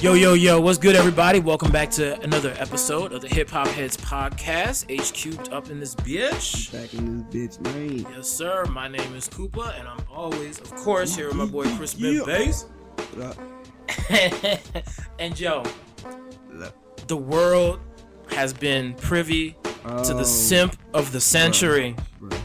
Yo, yo, yo, what's good, everybody? Welcome back to another episode of the Hip Hop Heads Podcast. H cubed up in this bitch. Back in this bitch, man. Yes, sir. My name is Koopa, and I'm always, of course, here with my boy Chris Ben Yeah. Bass. What up? and yo, Look. the world has been privy to Oh, the simp of the century. bro.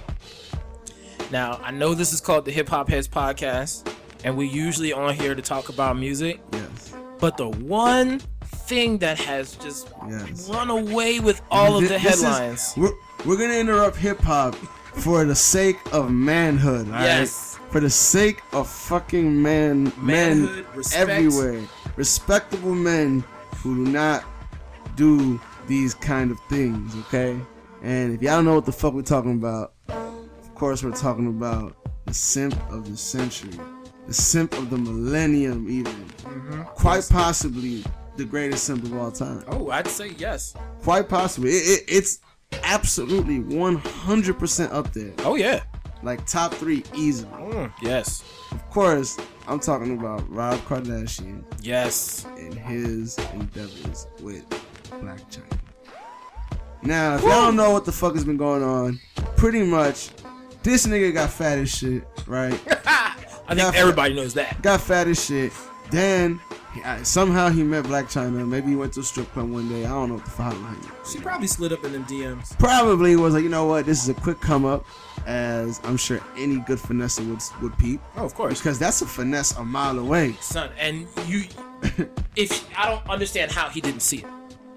Now, I know this is called the Hip Hop Heads Podcast, and we're usually on here to talk about music, Yes. but the one thing that has just Yes. run away with all of Th- the this is- headlines. we're, we're gonna interrupt hip hop for the sake of manhood. alright? Yes. For the sake of fucking man, Manhood, men respect. everywhere, respectable men who do not do these kind of things. Okay. And if y'all know what the fuck we're talking about, of course we're talking about the simp of the century, the simp of the millennium, even. Quite possibly the greatest simp of all time. Mm-hmm. Oh, I'd say yes. Quite possibly. It, it, it's absolutely 100% up there. Oh yeah. Like top three easily. Mm, yes. Of course, I'm talking about Rob Kardashian Yes. and his endeavors with Black China. Now, if y'all don't know what the fuck has been going on, pretty much this nigga got fat as shit, right? I Now, think for- everybody knows that. got fat as shit. Then he- I- somehow he met Black China. Maybe he went to a strip club one day. I don't know what the fuck happened. She probably slid up in them DMs. probably was like, you know what, this is a quick come up, as I'm sure any good finesse would would peep, Oh, of course. because that's a finesse a mile away. Son, and you if I don't understand how he didn't see it.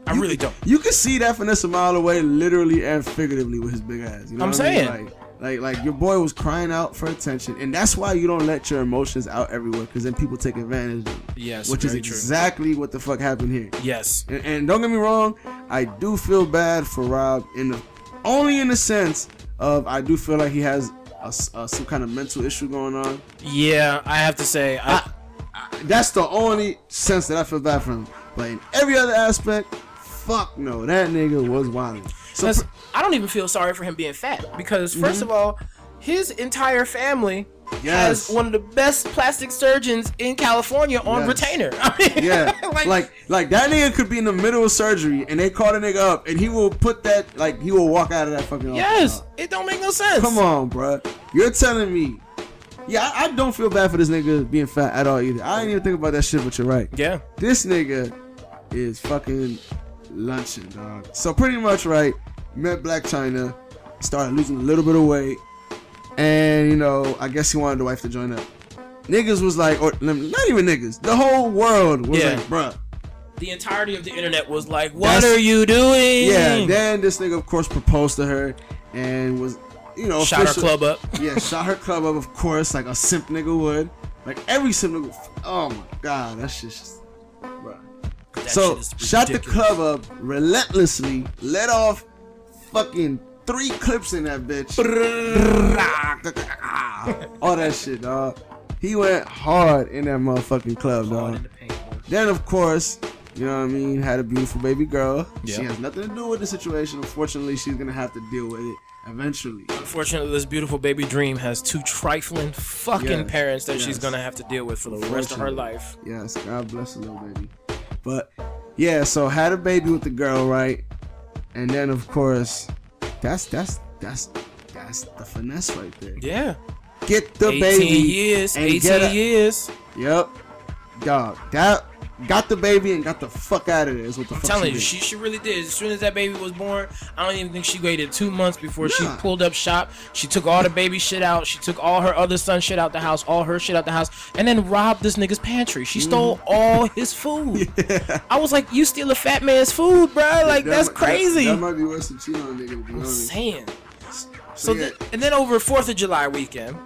I really don't. You can see that finesse a mile away, literally and figuratively, with his big ass. You know I'm what I mean? saying. Like, like, like your boy was crying out for attention, and that's why you don't let your emotions out everywhere, because then people take advantage of them. Yes, which is very true. exactly what the fuck happened here. Yes. And, and don't get me wrong, I do feel bad for Rob in the only in the sense of I do feel like he has a s uh some kind of mental issue going on. Yeah, I have to say I, Ah. That's the only sense that I feel bad for him. But in every other aspect, fuck no, that nigga was wild. So That's- I don't even feel sorry for him being fat because Mm-hmm. 1st of all, his entire family Yes. has one of the best plastic surgeons in California on Yes. retainer. I mean, Yeah, like, like that nigga could be in the middle of surgery and they call the nigga up and he will put that like he will walk out of that fucking office. yes, it don't make no sense. oh, Come on, bruh. You're telling me. Yeah, I, I don't feel bad for this nigga being fat at all either. I didn't even think about that shit, but you're right. Yeah. This nigga is fucking lunching, dog. So pretty much right, met Black China, started losing a little bit of weight, and you know, I guess he wanted the wife to join up. Niggas was like, or lem- not even niggas, the whole world was Yeah. Mm-hmm. like, bruh. the entirety of the internet was like, "What That's- are you doing?" Yeah, then this nigga of course proposed to her and was, you know, shot our official- club up. yeah, shot her club up, of course, like a simp nigga would. Like every simp nigga. Oh my god, that shit's just. Bruh. That So, shit is shot the ridiculous. club up relentlessly, let off fucking three clips in that bitch. All that shit, dog. He went hard in that motherfucking club, Going in dog. the paint, boy. Then, of course, you know what I mean, had a beautiful baby girl. She Yeah. has nothing to do with the situation. Unfortunately, she's gonna have to deal with it eventually. Unfortunately, this beautiful baby dream has two trifling fucking Yes, parents that she's yes. gonna have to deal with for the rest of her Unfortunately. life. Yes, God bless the little baby. But yeah, so had a baby with the girl, right? And then of course, that's that's that's that's the finesse right there. Yeah, Get the 18 baby. years, and 18 get a- years. Yep. Dog. That got the baby and got the fuck out of there. Is what the I'm fuck telling she you, did. she, she really did. As soon as that baby was born, I don't even think she waited two months before she Nah. pulled up shop. She took all the baby shit out. She took all her other son shit out the house, all her shit out the house, and then robbed this nigga's pantry. She Mm-hmm. stole all his food. I was like, you steal a fat man's food, bro. Like, That that's might- that- crazy. That, might be worse than cheating on a nigga. To be I'm honest. saying. So, So, yeah, Mm-hmm. th- and then over 4th of July weekend,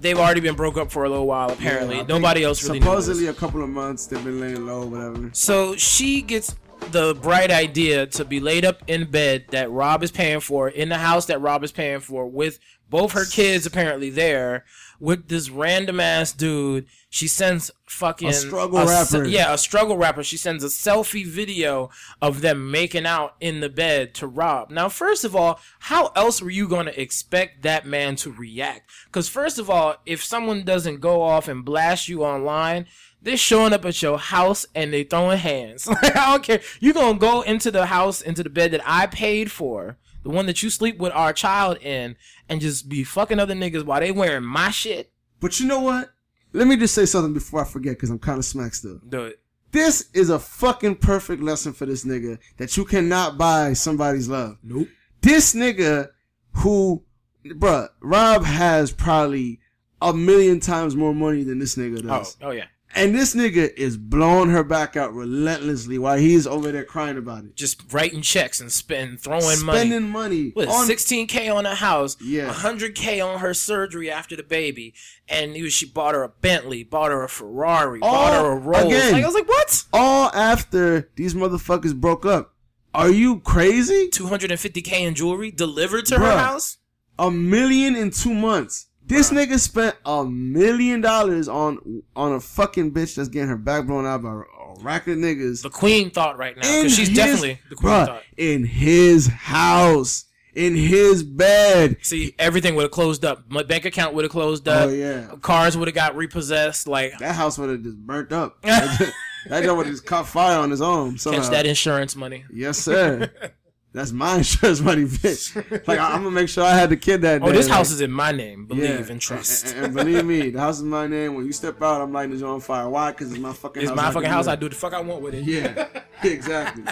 they've already been broke up for a little while, apparently. I think Nobody else really knew this. Supposedly a couple of months they've been laying low, whatever. So she gets the bright idea to be laid up in bed that Rob is paying for, in the house that Rob is paying for, with both her kids apparently there, with this random ass dude. She sends fucking A struggle se- rapper. yeah, a struggle rapper. She sends a selfie video of them making out in the bed to Rob. Now, first of all, how else were you going to expect that man to react? Because, first of all, if someone doesn't go off and blast you online, They're showing up at your house and they throwing hands. Like, I don't care. You're gonna go into the house, into the bed that I paid for, the one that you sleep with our child in, and just be fucking other niggas while they wearing my shit. But you know what? Let me just say something before I forget because I'm kind of smack still. Dude, This is a fucking perfect lesson for this nigga that you cannot buy somebody's love. nope. This nigga who, bruh, Rob has probably a million times more money than this nigga Oh, does. oh yeah. And this nigga is blowing her back out relentlessly while he's over there crying about it. Just writing checks and spend throwing money. Spending money, What, on 16k on a house, Yeah. 100k on her surgery after the baby, and you she bought her a Bentley, bought her a Ferrari, bought All her a Rolls. again. Like I was like, what? all after these motherfuckers broke up. Are you crazy? 250k in jewelry delivered to her Bruh. house. A million in two months. This nigga spent a million dollars on on a fucking bitch that's getting her back blown out by a rack of niggas. The queen thought right now in because she's his- definitely the queen bruh, thought. in his house, in his bed. See, everything would have closed up. My bank account would have closed up. Oh yeah, Cars would have got repossessed. Like that house would have just burnt up. that joint would have just caught fire on his own somehow. catch that insurance money. Yes, sir. That's my insurance money, bitch. Like I, am gonna make sure I had the kid that day. Oh, this like, house is in my name. Believe yeah. and trust. And, and believe me, the house is my name. When you step out, I'm lighting this on fire. Why? Because it's my fucking It's house. my I fucking can house. I that. do the fuck I want with it. Yeah, exactly.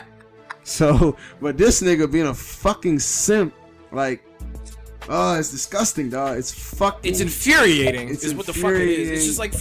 So, but this nigga being a fucking simp, like, oh, it's disgusting, dog. It's fucking. It's infuriating. It's is what the fuck it is. It's just like,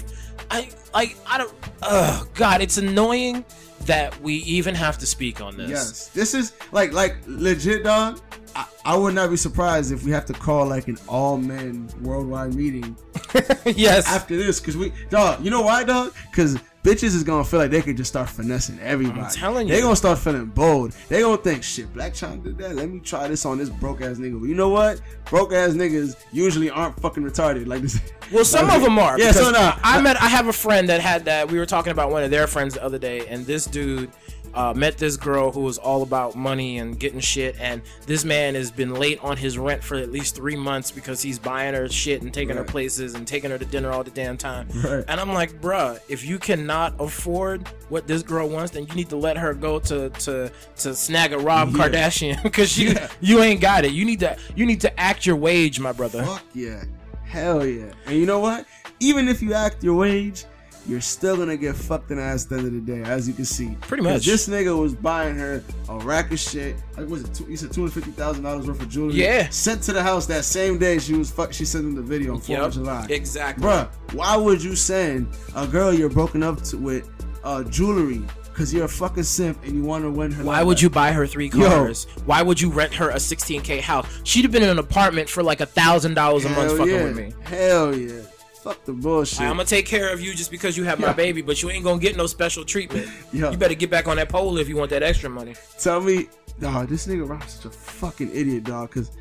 I like I don't. Oh God, it's annoying that we even have to speak on this. Yes, this is like like legit, dog. I, I would not be surprised if we have to call like an all men worldwide meeting yes. after this because we dog you know why dog because bitches is gonna feel like they could just start finessing everybody I'm telling you. they gonna start feeling bold they gonna think shit black china did that let me try this on this broke ass nigga but you know what broke ass niggas usually aren't fucking retarded like this Well, some of them are. yeah because so nah, I met. I have a friend that had that. We were talking about one of their friends the other day, and this dude uh, met this girl who was all about money and getting shit. And this man has been late on his rent for at least three months because he's buying her shit and taking her Right. places and taking her to dinner all the damn time. Right. And I'm like, bruh, if you cannot afford what this girl wants, then you need to let her go to to to snag a Rob Yeah. Kardashian because you Yeah. you ain't got it. You need to you need to act your wage, my brother. fuck yeah hell yeah and you know what even if you act your wage you're still gonna get fucked in the ass at the end of the day, as you can see. Pretty 'Cause much. This nigga was buying her a rack of shit. Like, was it? Two, you said two hundred fifty thousand dollars worth of jewelry. Yeah. Sent to the house that same day. She was fuck. She sent him the video on Fourth Yep, of July. Exactly. Bruh, why would you send a girl you're broken up to with uh, jewelry? Cause you're a fucking simp and you want to win her. Why love would back? you buy her three Yo. cars? Why would you rent her a 16k house? She'd have been in an apartment for like a thousand dollars a month Hell fucking yeah. with me. Hell yeah. Fuck the bullshit. I'm gonna take care of you just because you have my Yeah. baby, but you ain't gonna get no special treatment. Yeah. You better get back on that pole if you want that extra money. Tell me, dog, this nigga Rob's such a fucking idiot, dog. Cause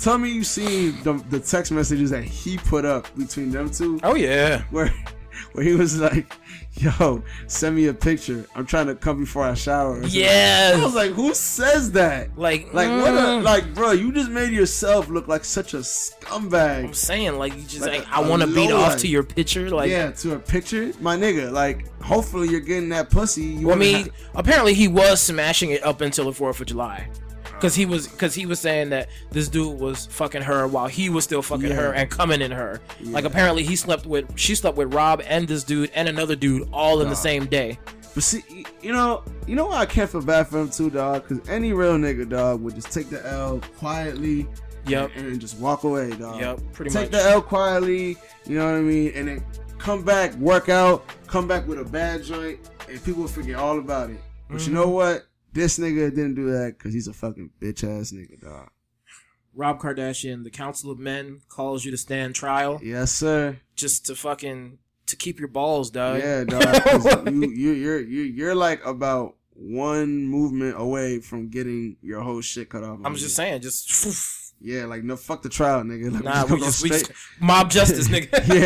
tell me you seen the, the text messages that he put up between them two. Oh yeah. where where he was like, "Yo, send me a picture. I'm trying to come before I shower." or something. Yes. I was like, "Who says that?" like, Like what? A, mm, like, bro, you just made yourself look like such a I'm scumbag. saying, like you just Like like, a- I a want to beat low off life. to your picture. Like, yeah, to a picture, my nigga. Like, hopefully you're getting that pussy. You Well, I wanna mean, ha- apparently he was smashing it up until the Fourth of July, because he was because he was saying that this dude was fucking her while he was still fucking Yeah. her and coming in her. Like apparently he slept with she slept with Rob and this dude and another dude all in the same day. but see, y- you know, you know why I can't feel bad for him too, dog. Because any real nigga, dog, would just take the L quietly. Yep. And, and just walk away, dog. Yep, pretty Take much. the L quietly, you know what I mean? And then come back, work out, come back with a bad joint, and people will forget all about it. But Mm-hmm. you know what? This nigga didn't do that because he's a fucking bitch ass nigga, dog. Rob Kardashian, the Council of Men, calls you to stand trial Yes, sir. just to fucking to keep your balls, dog. yeah, dog. 'cause you, you, you're, you, you're like about one movement away from getting your whole shit cut off. I'm just saying, just Yeah, like no, fuck the trial, nigga. Like, nah, gonna we go just, we straight- just mob justice, nigga.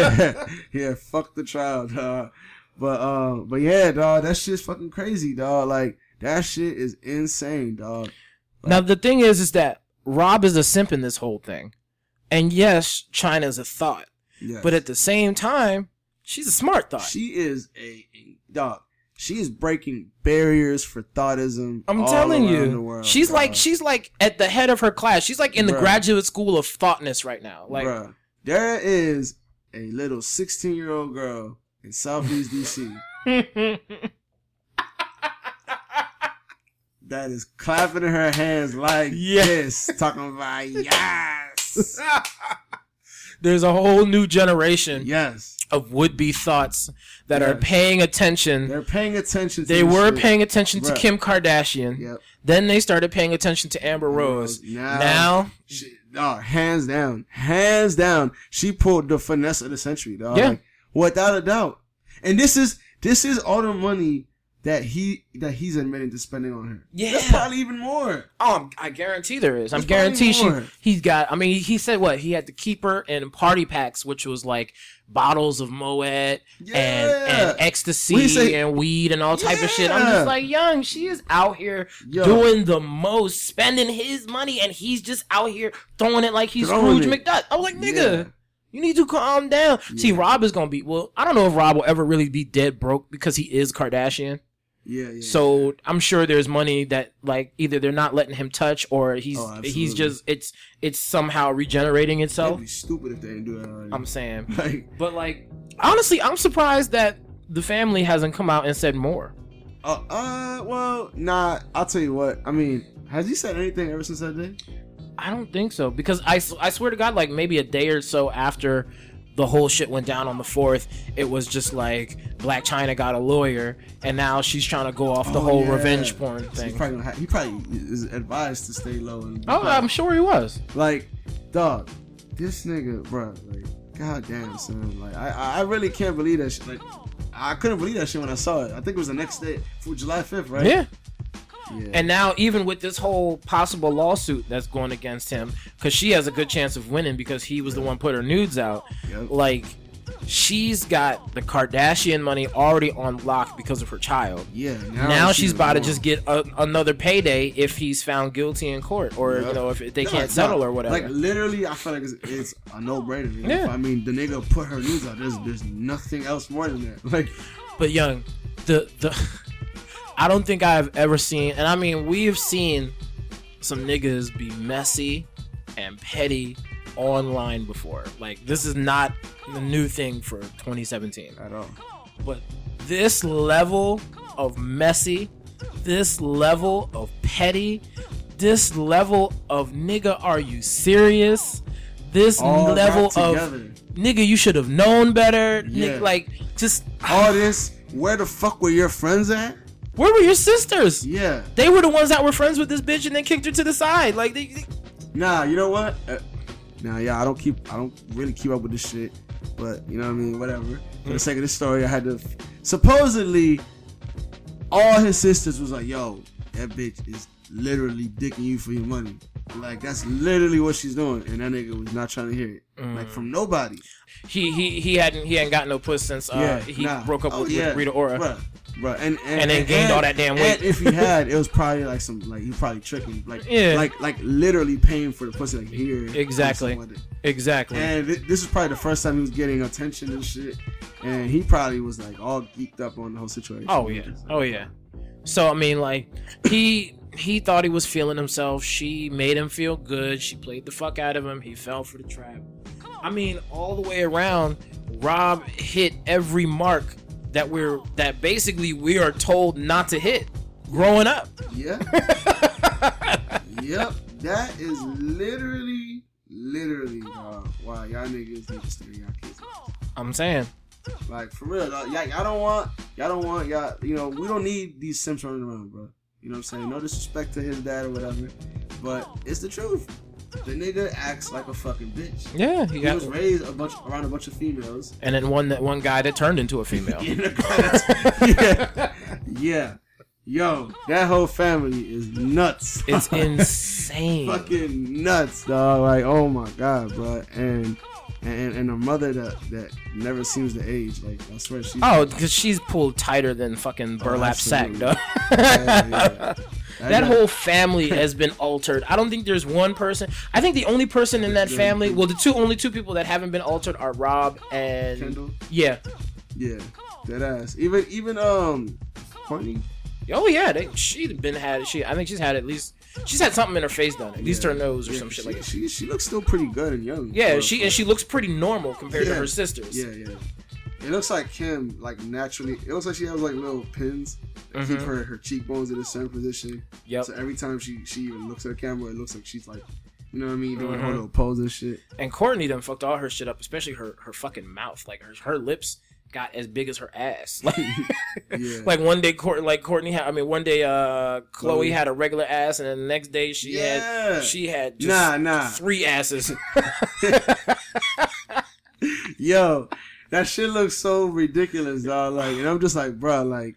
yeah, yeah. Fuck the trial, dog. But uh, but yeah, dog. That shit's fucking crazy, dog. Like that shit is insane, dog. Now the thing is, is that Rob is a simp in this whole thing, and yes, China's a thought, Yeah. but at the same time, She's a smart thought. She is a, a- dog. She is breaking barriers for thoughtism. I'm all telling around you, the world, she's bruh. like she's like at the head of her class. She's like in the Bruh. graduate school of thoughtness right now. Like Bruh, there is a little 16 year old girl in Southeast DC that is clapping her hands like yes, talking about yes, there's a whole new generation yes. of would-be thoughts that are Yes. paying attention. They're paying attention. To they this were shit. paying attention to Bruh. Kim Kardashian. Yep. Then they started paying attention to Amber Rose. Now- Now, She, dog, hands down, hands down, she pulled the finesse of the century, dog. Yeah. Like, without a doubt. And this is this is all the money that he that he's admitting to spending on her. That's Yeah. probably even more. oh, i I guarantee there is. I'm There's guarantee probably she more. he's got. I mean, he- he said what he had the keeper and party packs, which was like bottles of Moet and, Yeah. and ecstasy We say- and weed and all type of shit. I'm Yeah. just like, young, she is out here Yo. doing the most, spending his money, and he's just out here throwing it like he's Throwing Scrooge it. McDuck. I was like, nigga. Yeah. You need to calm down. See, Yeah. Rob is gonna be well. I don't know if Rob will ever really be dead broke because he is Kardashian. Yeah, yeah. So I'm sure there's money that like either they're not letting him touch or he's Oh, absolutely. he's just it's it's somehow regenerating It'd itself. be stupid if they didn't do that already. I'm saying, like, but like honestly, I'm surprised that the family hasn't come out and said more. uh, uh, well, nah. I'll tell you what. I mean, has he said anything ever since that day? I don't think so because I, s- I swear to God, like maybe a day or so after the whole shit went down on the fourth, it was just like Black China got a lawyer and now she's trying to go off the Oh, whole yeah. revenge porn He's thing. probably gonna ha- he probably is advised to stay low. And be Oh, quiet. I'm sure he was. Like, dog, this nigga, bruh, like, goddamn, son. Like, I- I, I really can't believe that shit. Like, I couldn't believe that shit when I saw it. I think it was the next day, for July 5th, right? Yeah. Yeah. And now, even with this whole possible lawsuit that's going against him, because she has a good chance of winning because he was the one put her nudes out. Yep. Like, she's got the Kardashian money already on lock because of her child. yeah. Now she's about to wrong. just get a, another payday if he's found guilty in court, or Yep. you know if they No, can't it's settle not. or whatever. Like literally, I feel like it's, it's a no-brainer. you know? Yeah. I mean, the nigga put her news out. There's there's nothing else more than that. Like, But young, the the I don't think I've ever seen, and I mean we've seen some niggas be messy and petty online before. Like this is not the new thing for 2017. at all. But this level of messy, this level of petty, this level of nigga, are you serious? This All level wrapped of together. nigga, you should have known better. Yeah. Nigga, like just all this. Where the fuck were your friends at? where were your sisters? Yeah. They were the ones that were friends with this bitch and then kicked her to the side. Like, they, they- Nah, you know what? Uh, nah, yeah, I don't keep, I don't really keep up with this shit. But you know what I mean? Whatever. For Hmm. the sake of this story, I had to. Supposedly, all his sisters was like, "Yo, that bitch is literally dicking you for your money." Like that's literally what she's doing, and that nigga was not trying to hear it. Hmm. Like from nobody. he he he hadn't he hadn't got no puss since uh, yeah, he nah. broke up Oh, with, yeah, with Rita Ora. Bruh, bruh, and, and, And then gained all that damn weight. And if he had, it was probably like some like he probably tricking, like Yeah. like like literally paying for the pussy like here. Exactly. something like that. Exactly. And th- this is probably the first time he was getting attention and shit. And he probably was like all geeked up on the whole situation. oh yeah. Oh yeah. So I mean, like he he thought he was feeling himself. She made him feel good. She played the fuck out of him. He fell for the trap. I mean, all the way around, Rob hit every mark that we're that basically we are told not to hit growing up. Yeah. yep. That is literally, literally, dog. Wow, y'all niggas need to stay y'all kids. I'm saying. Like for real, dog. Y'all, y'all don't want, y'all don't want, y'all. You know, we don't need these Sims running around, bro. You know what I'm saying? No disrespect to his dad or whatever, but it's the truth. The nigga acts like a fucking bitch. Yeah, he He got was raised a bunch around a bunch of females. and then one that one guy that turned into a female. yeah. yeah. Yo, that whole family is nuts. It's insane. fucking nuts, dog. Like, oh my god, bro. And and and a mother that that never seems to age. Like, I swear she. Oh, because she's pulled tighter than fucking burlap sack, Oh, absolutely. dog. Yeah, yeah. That whole family has been altered. I don't think there's one person. I think the only person in that family, well, the two only two people that haven't been altered are Rob and Kendall? Yeah, Yeah, dead ass. Even even um, Courtney. Oh yeah, they, she's been had. She I think she's had at least she's had something in her face done, at least Yeah. her nose or Yeah, some shit she, like that. she she looks still pretty good and young. Yeah, for- she for- and she looks pretty normal compared Yeah. to her sisters. Yeah, yeah. It looks like Kim, like naturally. It looks like she has like little pins that keep Mhm. her her cheekbones in a certain position. Yep. So every time she she even looks at the camera, it looks like she's like, you know what I mean, doing her Mhm. little pose and shit. And Courtney done fucked all her shit up, especially her her fucking mouth. Like her her lips got as big as her ass. Like Yeah. like one day Court like Courtney had I mean one day uh Chloe. Chloe had a regular ass and then the next day she Yeah. had she had just nah, nah. three asses. Yo, that shit looks so ridiculous, dog. Like, and I'm just like, bro, like,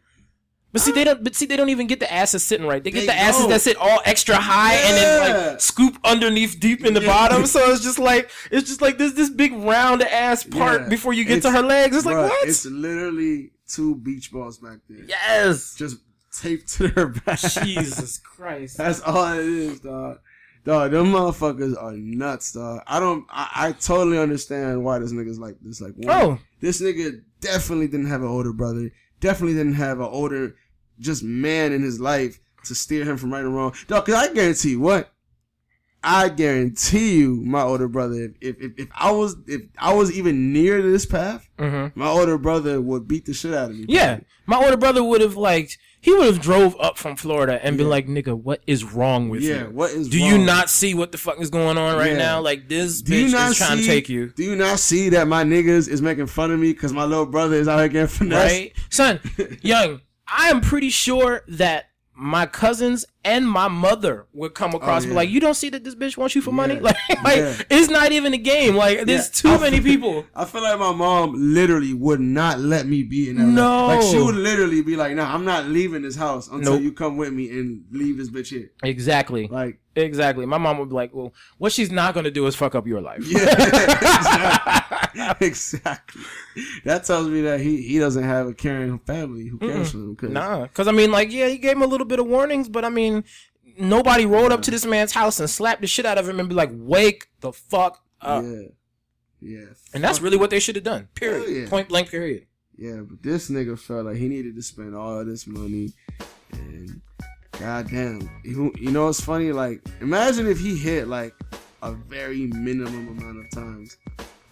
But see, they don't. But see, they don't even get the asses sitting right. They get They the asses don't. that sit all extra high and then Yeah. like scoop underneath deep in the Yeah. bottom. So it's just like it's just like this this big round ass part Yeah. before you get to It's- her legs. It's bruh, like what? It's literally two beach balls back there, yes. just taped to her back. Jesus Christ. That's all it is, dog. Dog, them motherfuckers are nuts, dog. I don't. I, I totally understand why this nigga's like this. Like, one. Oh. this nigga definitely didn't have an older brother. Definitely didn't have an older just man in his life to steer him from right or wrong. Dog, cause I guarantee you what. I guarantee you, my older brother. If if, if I was if I was even near to this path, hmm my older brother would beat the shit out of me. Yeah, my older brother would have like he would have drove up from Florida and been Yeah. like, "Nigga, what is wrong with yeah. you? What is? Do you wrong? not see what the fuck is going on right Yeah. now? Like this Do bitch you not is trying see? to take you." Do you not see that my niggas is making fun of me because my little brother is out here getting finessed? right? Son, young, I am pretty sure that my cousins and my mother would come across and Oh, yeah. be like, you don't see that this bitch wants you for money? Yeah. Like, like Yeah. it's not even a game. Like, there's Yeah. too many people. I feel like my mom literally would not let me be in that. No. like she would literally be like, "Nah, I'm not leaving this house until Nope. you come with me and leave this bitch here." Exactly. Like, Exactly. My mom would be like, well, what she's not going to do is fuck up your life. yeah, exactly. exactly. That tells me that he he doesn't have a caring family who cares for him. 'cause- Nah. Because, I mean, like, yeah, he gave him a little bit of warnings, but I mean, nobody rolled up to this man's house and slapped the shit out of him and be like, wake the fuck up. yeah, yeah, And that's really what they should have done. Period. Hell yeah. Point blank, period. yeah. But this nigga felt like he needed to spend all this money, and goddamn, you you know it's funny. Like, imagine if he hit like a very minimum amount of times.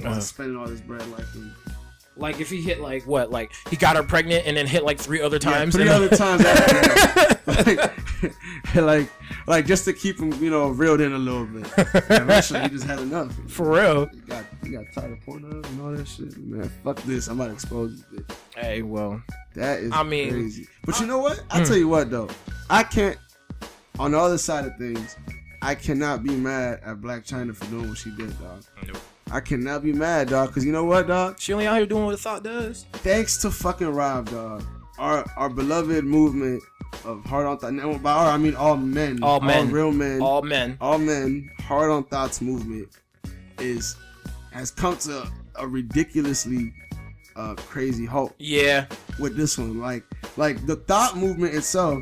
Uh-huh. spending all this bread like him. Like if he hit like what? Like he got her pregnant and then hit like three other times. three and- other times. After that. like, like, like just to keep him, you know, reeled in a little bit. Eventually, he just had enough. For real. He got, he got tired of porn and all that shit. Man, fuck this. I'm about to expose this. Bitch. Hey, well, That is I mean- Hmm. crazy. But you know what? I'll tell you what though. I can't. On the other side of things, I cannot be mad at Black China for doing what she did, dog. Nope. I cannot be mad, dog, because you know what, dog? she only out here doing what a thought does. thanks to fucking Rob, dog. Our our beloved movement of hard on thought. Now, by our, I mean all men, All men. real men, all, All men. men. Hard on thoughts movement is has come to a ridiculously uh, crazy halt Yeah. with this one. Like like the thought movement itself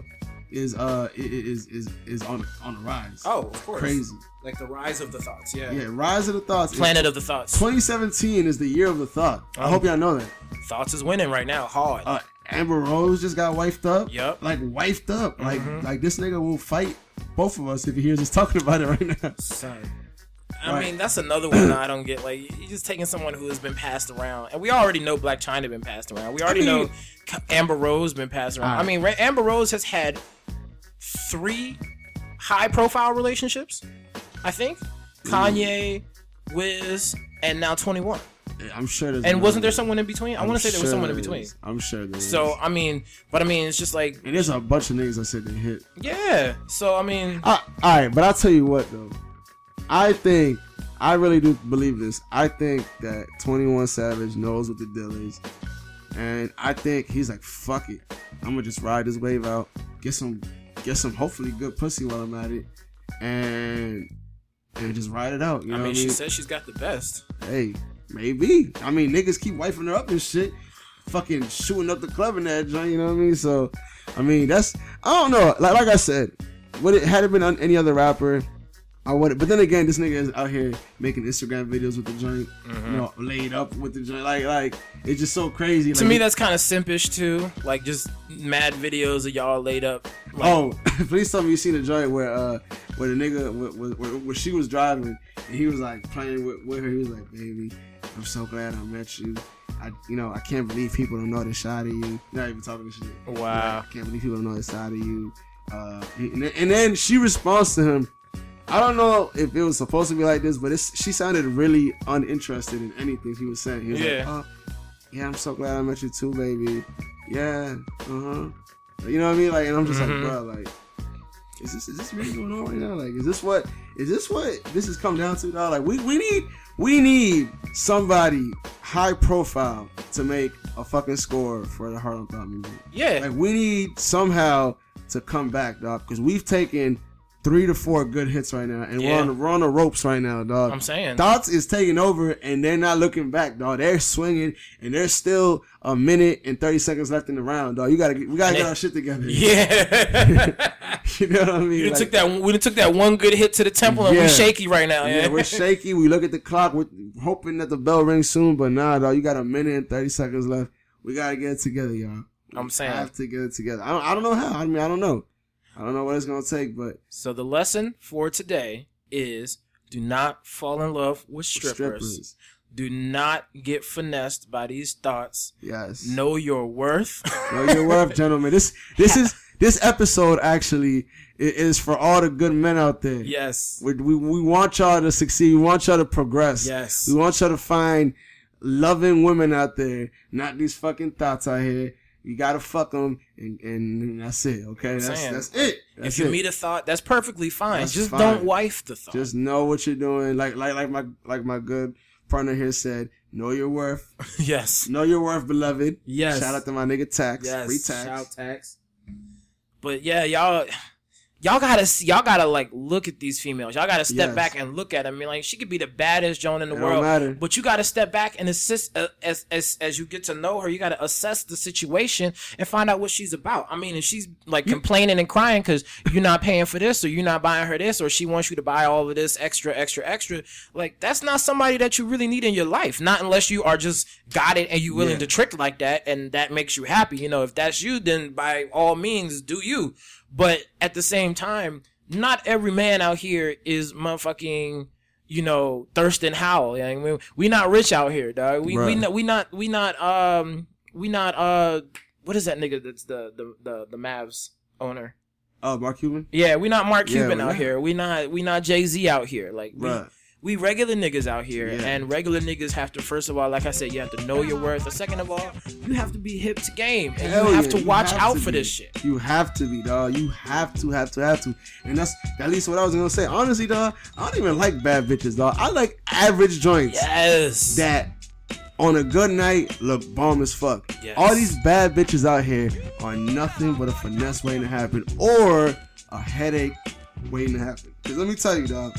is uh i- i- is is is on on the rise. Oh, of course. crazy. Like the rise of the thoughts. Yeah. Yeah, rise of the thoughts. is- Planet of the thoughts. 2017 is the year of the thought. I Oh. hope y'all know that. Thoughts is winning right now, hard. uh, Amber Rose just got wifed up. Yup. Like wifed up. Like Mhm. like this nigga will fight both of us if he hears us talking about it right now. Son. I Right. mean, that's another one I don't get. Like, you're just taking someone who has been passed around, and we already know Black China been passed around. We already mean- know K- Amber Rose been passed around. I Alright. mean, Ra- Amber Rose has had three high-profile relationships, I think. Kanye, Wiz, and now 21. I'm sure there's. And wasn't there someone? someone in between? I want to say there was someone in between. I'm sure there is. So I mean, but I mean, it's just like, and there's a bunch of niggas I said they hit. yeah. So I mean, Uh, all right, but I'll tell you what though. I think I really do believe this. I think that 21 Savage knows what the deal is, and I think he's like, "Fuck it, I'm gonna just ride this wave out, get some, get some hopefully good pussy while I'm at it, and and just ride it out." You know I mean, what she says she's got the best. Hey, maybe. I mean, niggas keep wifing her up and shit, fucking shooting up the club in that joint. You know what I mean? So, I mean, that's I don't know. Like like I said, would it had it been on any other rapper? I want but then again, this nigga is out here making Instagram videos with the joint, Mm. Mm-hmm. you know, laid up with the joint. Like, like it's just so crazy. To like, me, that's kind of simpish too. Like just mad videos of y'all laid up. Like, Oh, please tell me you seen a joint where uh where the nigga where, where, where she was driving and he was like playing with, with her. He was like, "Baby, I'm so glad I met you. I you know I can't believe people don't know this side of you. Not even talking shit. Wow. Like, I can't believe people don't know this side of you." Uh, and, then- and then she responds to him. I don't know if it was supposed to be like this, but it's, she sounded really uninterested in anything he was saying. He was Yeah. like, oh, yeah, I'm so glad I met you too, baby. Yeah, uh huh. You know what I mean? Like, and I'm just Mhm. like, bro, like, is this is this really going on right now? Like, is this what is this what this has come down to? Now, like, we we need we need somebody high profile to make a fucking score for the Harlem Thought movie. yeah, Like, we need somehow to come back, dog, because we've taken three to four good hits right now, and we're Yeah. on the, we're on the ropes right now, dog. I'm saying. Thoughts is taking over and they're not looking back, dog. They're swinging and there's still a minute and 30 seconds left in the round, dog. You gotta, get- we gotta And get they- our shit together. Yeah. you know what I mean? we done Like, took that. We done took that one good hit to the temple, and Yeah. we shaky right now. yeah, Yeah, we're shaky. We look at the clock. We're hoping that the bell rings soon, but nah, dog. You got a minute and 30 seconds left. We gotta get it together, y'all. I'm saying. I have to get it together. I don't, I don't know how. I mean, I don't know. I don't know what it's gonna take, but So the lesson for today is: do not fall in love with strippers. strippers. Do not get finessed by these thoughts. Yes. Know your worth. Know your worth, gentlemen. This this is this episode actually i- is for all the good men out there. yes. We, we, we want y'all to succeed. We want y'all to progress. Yes. We want y'all to find loving women out there, not these fucking thoughts out here. You gotta fuck them, and, and that's it. Okay, that's saying. that's it. That's if you it. meet a thought, that's perfectly fine. That's Just fine. don't wife the thought. just know what you're doing. Like like like my like my good partner here said, know your worth. yes. Know your worth, beloved. Yes. Shout out to my nigga Tax. Yes. Free Tax. Shout tax. But yeah, y'all, y'all gotta s- y'all gotta like look at these females. Y'all gotta step Yes. back and look at them. I mean, like she could be the baddest Joan in the It don't world, matter. but you gotta step back and assist uh, as as as you get to know her. You gotta assess the situation and find out what she's about. I mean, if she's like complaining and crying because you're not paying for this or you're not buying her this or she wants you to buy all of this extra, extra, extra, like that's not somebody that you really need in your life. Not unless you are just got it and you willing Yeah. to trick like that and that makes you happy. You know, if that's you, then by all means do you. But at the same time, not every man out here is motherfucking, you know, Thurston Howell. I mean, we not rich out here, dog. We we Right. not we not we not um we not uh what is that nigga that's the the the, the Mavs owner? Oh, Mark Cuban. Yeah, we not Mark Yeah, Cuban we out not. here. We not we not Jay Z out here. Like we, Bruh. we regular niggas out here, Yeah. and regular niggas have to first of all, like I said, you have to know your worth. And second of all, you have to be hip to game, and Hell you have yeah, to watch have out to for be. this shit. You have to be, dog. You have to, have to, have to. And that's at least what I was gonna say. Honestly, dog, I don't even like bad bitches, dog. I like average joints Yes, that on a good night look bomb as fuck. Yes. All these bad bitches out here are nothing but a finesse waiting to happen or a headache waiting to happen. Cause let me tell you, dog.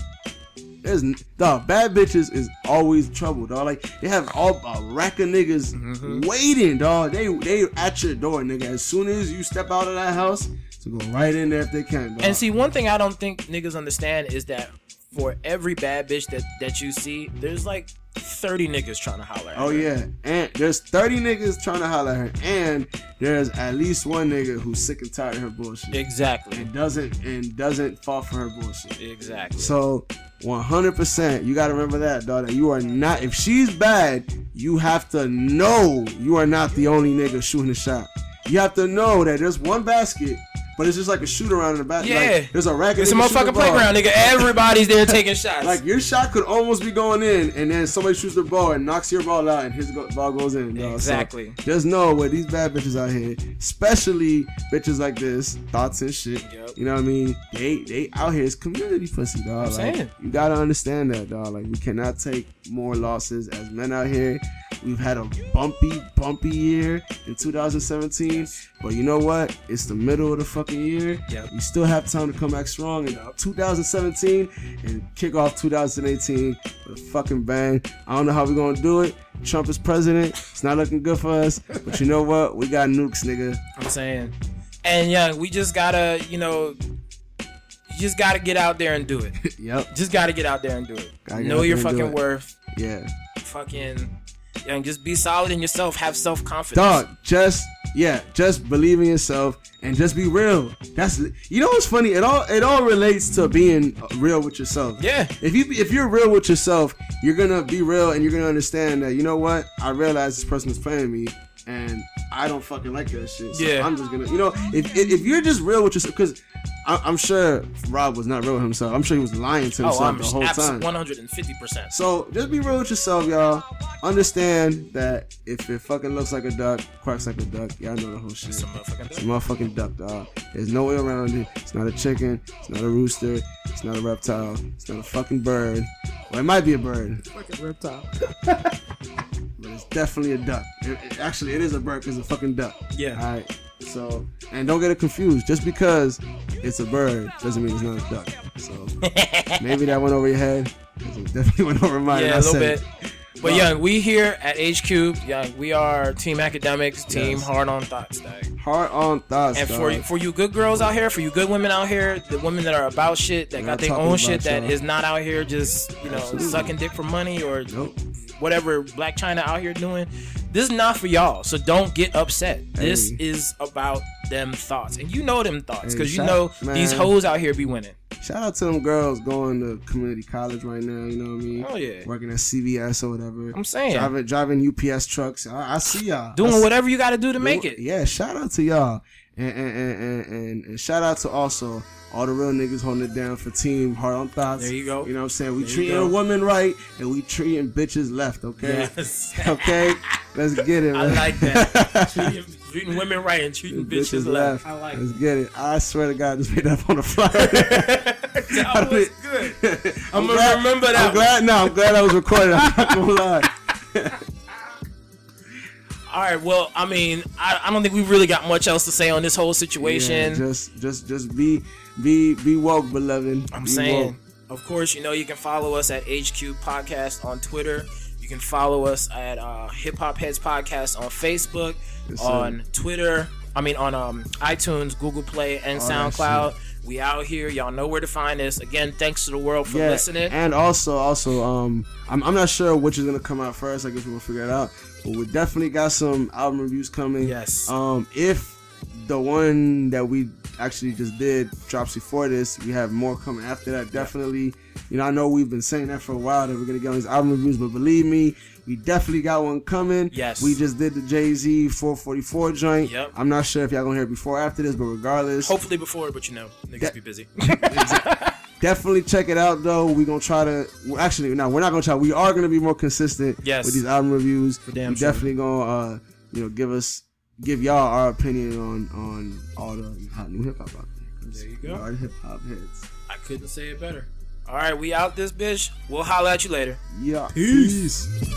There's n- dog, bad bitches is always trouble, dog. Like they have all a rack of niggas Mm-hmm. waiting, dog. They they at your door, nigga. As soon as you step out of that house, to go right in there if they can, dog. and see, one thing I don't think niggas understand is that for every bad bitch that that you see, there's like thirty niggas trying to holler. At Oh her. yeah, and there's 30 niggas trying to holler at her, and there's at least one nigga who's sick and tired of her bullshit exactly, and doesn't and doesn't fall for her bullshit. exactly. So 100%, you gotta remember that, dog. That you are not. If she's bad, you have to know you are not the only nigga shooting the shot. You have to know that there's one basket, but it's just like a shoot around in the back. Yeah. like, there's a racket. it's a motherfucking playground, nigga. Everybody's there taking shots. Like your shot could almost be going in, and then somebody shoots the ball and knocks your ball out, and his go- ball goes in. dawg. So Exactly. there's no way these bad bitches out here, especially bitches like this, thoughts and shit. Yep. You know what I mean? They they out here is community pussy, dog. I'm like, saying. You gotta understand that, dog. Like we cannot take more losses as men out here. We've had a bumpy, bumpy year in 2017, but you know what? It's the middle of the fucking year. Yep. We still have time to come back strong in 2017 and kick off 2018 with a fucking bang. I don't know how we're gonna do it. Trump is president. It's not looking good for us, but you know what? We got nukes, nigga. I'm saying. And yeah, we just gotta, you know, You just gotta get out there and do it. yep. Just gotta get out there and do it. Gotta get know out your there and do fucking it. worth. Yeah. Fucking and just be solid in yourself. Have self confidence. Dog, just yeah, just believe in yourself and just be real. That's you know what's funny? It all it all relates to being real with yourself. Yeah. If you if you're real with yourself, you're gonna be real and you're gonna understand that you know what? I realize this person is playing me and I don't fucking like that shit. So Yeah. I'm just gonna you know if if, if you're just real with yourself because I'm sure Rob was not real with himself. I'm sure he was lying to himself Oh, I'm the whole time. one hundred and fifty percent. So just be real with yourself, y'all. Understand that if it fucking looks like a duck, quacks like a duck, y'all know the whole shit. It's Some motherfucking a motherfucking duck, dog. There's no way around it. It's not a chicken. It's not a rooster. It's not a reptile. It's not a fucking bird. Well, it might be a bird, Fucking reptile. but it's definitely a duck. It- it- actually, it is a bird 'cause it's a fucking duck. Yeah. All right. So, and don't get it confused. Just because it's a bird doesn't mean it's not a duck. So maybe that went over your head. 'cause It definitely went over mine. and yeah, I a little said it. bit. But yeah, we here at H Cube, yeah, we are Team Academics, Team Yes. Hard on Thoughts, Dag. Hard on thoughts. And dog. for for you good girls out here, for you good women out here, the women that are about shit, that We're got not their talking own about shit, that y'all. is not out here just you know Absolutely. sucking dick for money or Nope. whatever Black China out here doing. This is not for y'all, so don't get upset. This Hey. is about them thoughts, and you know them thoughts Hey, because you shout- know these man. hoes out here be winning. Shout out to them girls going to community college right now. You know what I mean? Oh, yeah. Working at CVS or whatever. I'm saying. driving driving UPS trucks. I, I see y'all I Doing see- whatever you got to do to make it. Yeah. Shout out to y'all. And and, and, and, and and shout out to also all the real niggas holding it down for team hard on thoughts. There you go. You know what I'm saying? We There you go. treating women right and we treating bitches left. Okay. Yes. okay. Let's get it. I man. like that. treating, treating women right and treating bitches, left. I like Let's it. get it. I swear to God, I just made that up on the fly. I That was mean- good. I'm, gonna remember that I'm glad. No, I'm glad I was recording. I'm not gonna lie. All right. Well, I mean, I, I don't think we really got much else to say on this whole situation. Yeah, just, just, just be, be, be woke, beloved. I'm Be saying, woke. of course, you know, you can follow us at HQ Podcast on Twitter. You can follow us at uh, Hip Hop Heads Podcast on Facebook, Yes, sir. on Twitter. I mean, on um, iTunes, Google Play, and All that SoundCloud. We out here. Y'all know where to find us. Again, thanks to the world for Yeah, listening. and also, also, um, I'm, I'm not sure which is gonna come out first. I guess we'll figure it out. But we definitely got some album reviews coming. Yes. Um, if the one that we actually just did drops before this, we have more coming after that. Definitely. You know, I know we've been saying that for a while that we're gonna get on these album reviews, but believe me, we definitely got one coming. Yes. We just did the Jay Z 444 joint. Yep. I'm not sure if y'all gonna hear it before or after this, but regardless, Hopefully before, but you know, niggas That- be busy. Definitely check it out though. We're gonna try to well, actually no, we're not gonna try. We are gonna be more consistent Yes. with these album reviews. we damn sure. definitely gonna uh, you know give us give y'all our opinion on on all the hot new hip hop out there. There you go. Our hip hop heads. I couldn't say it better. All right, we out this bitch. We'll holla at you later. Yeah. Peace.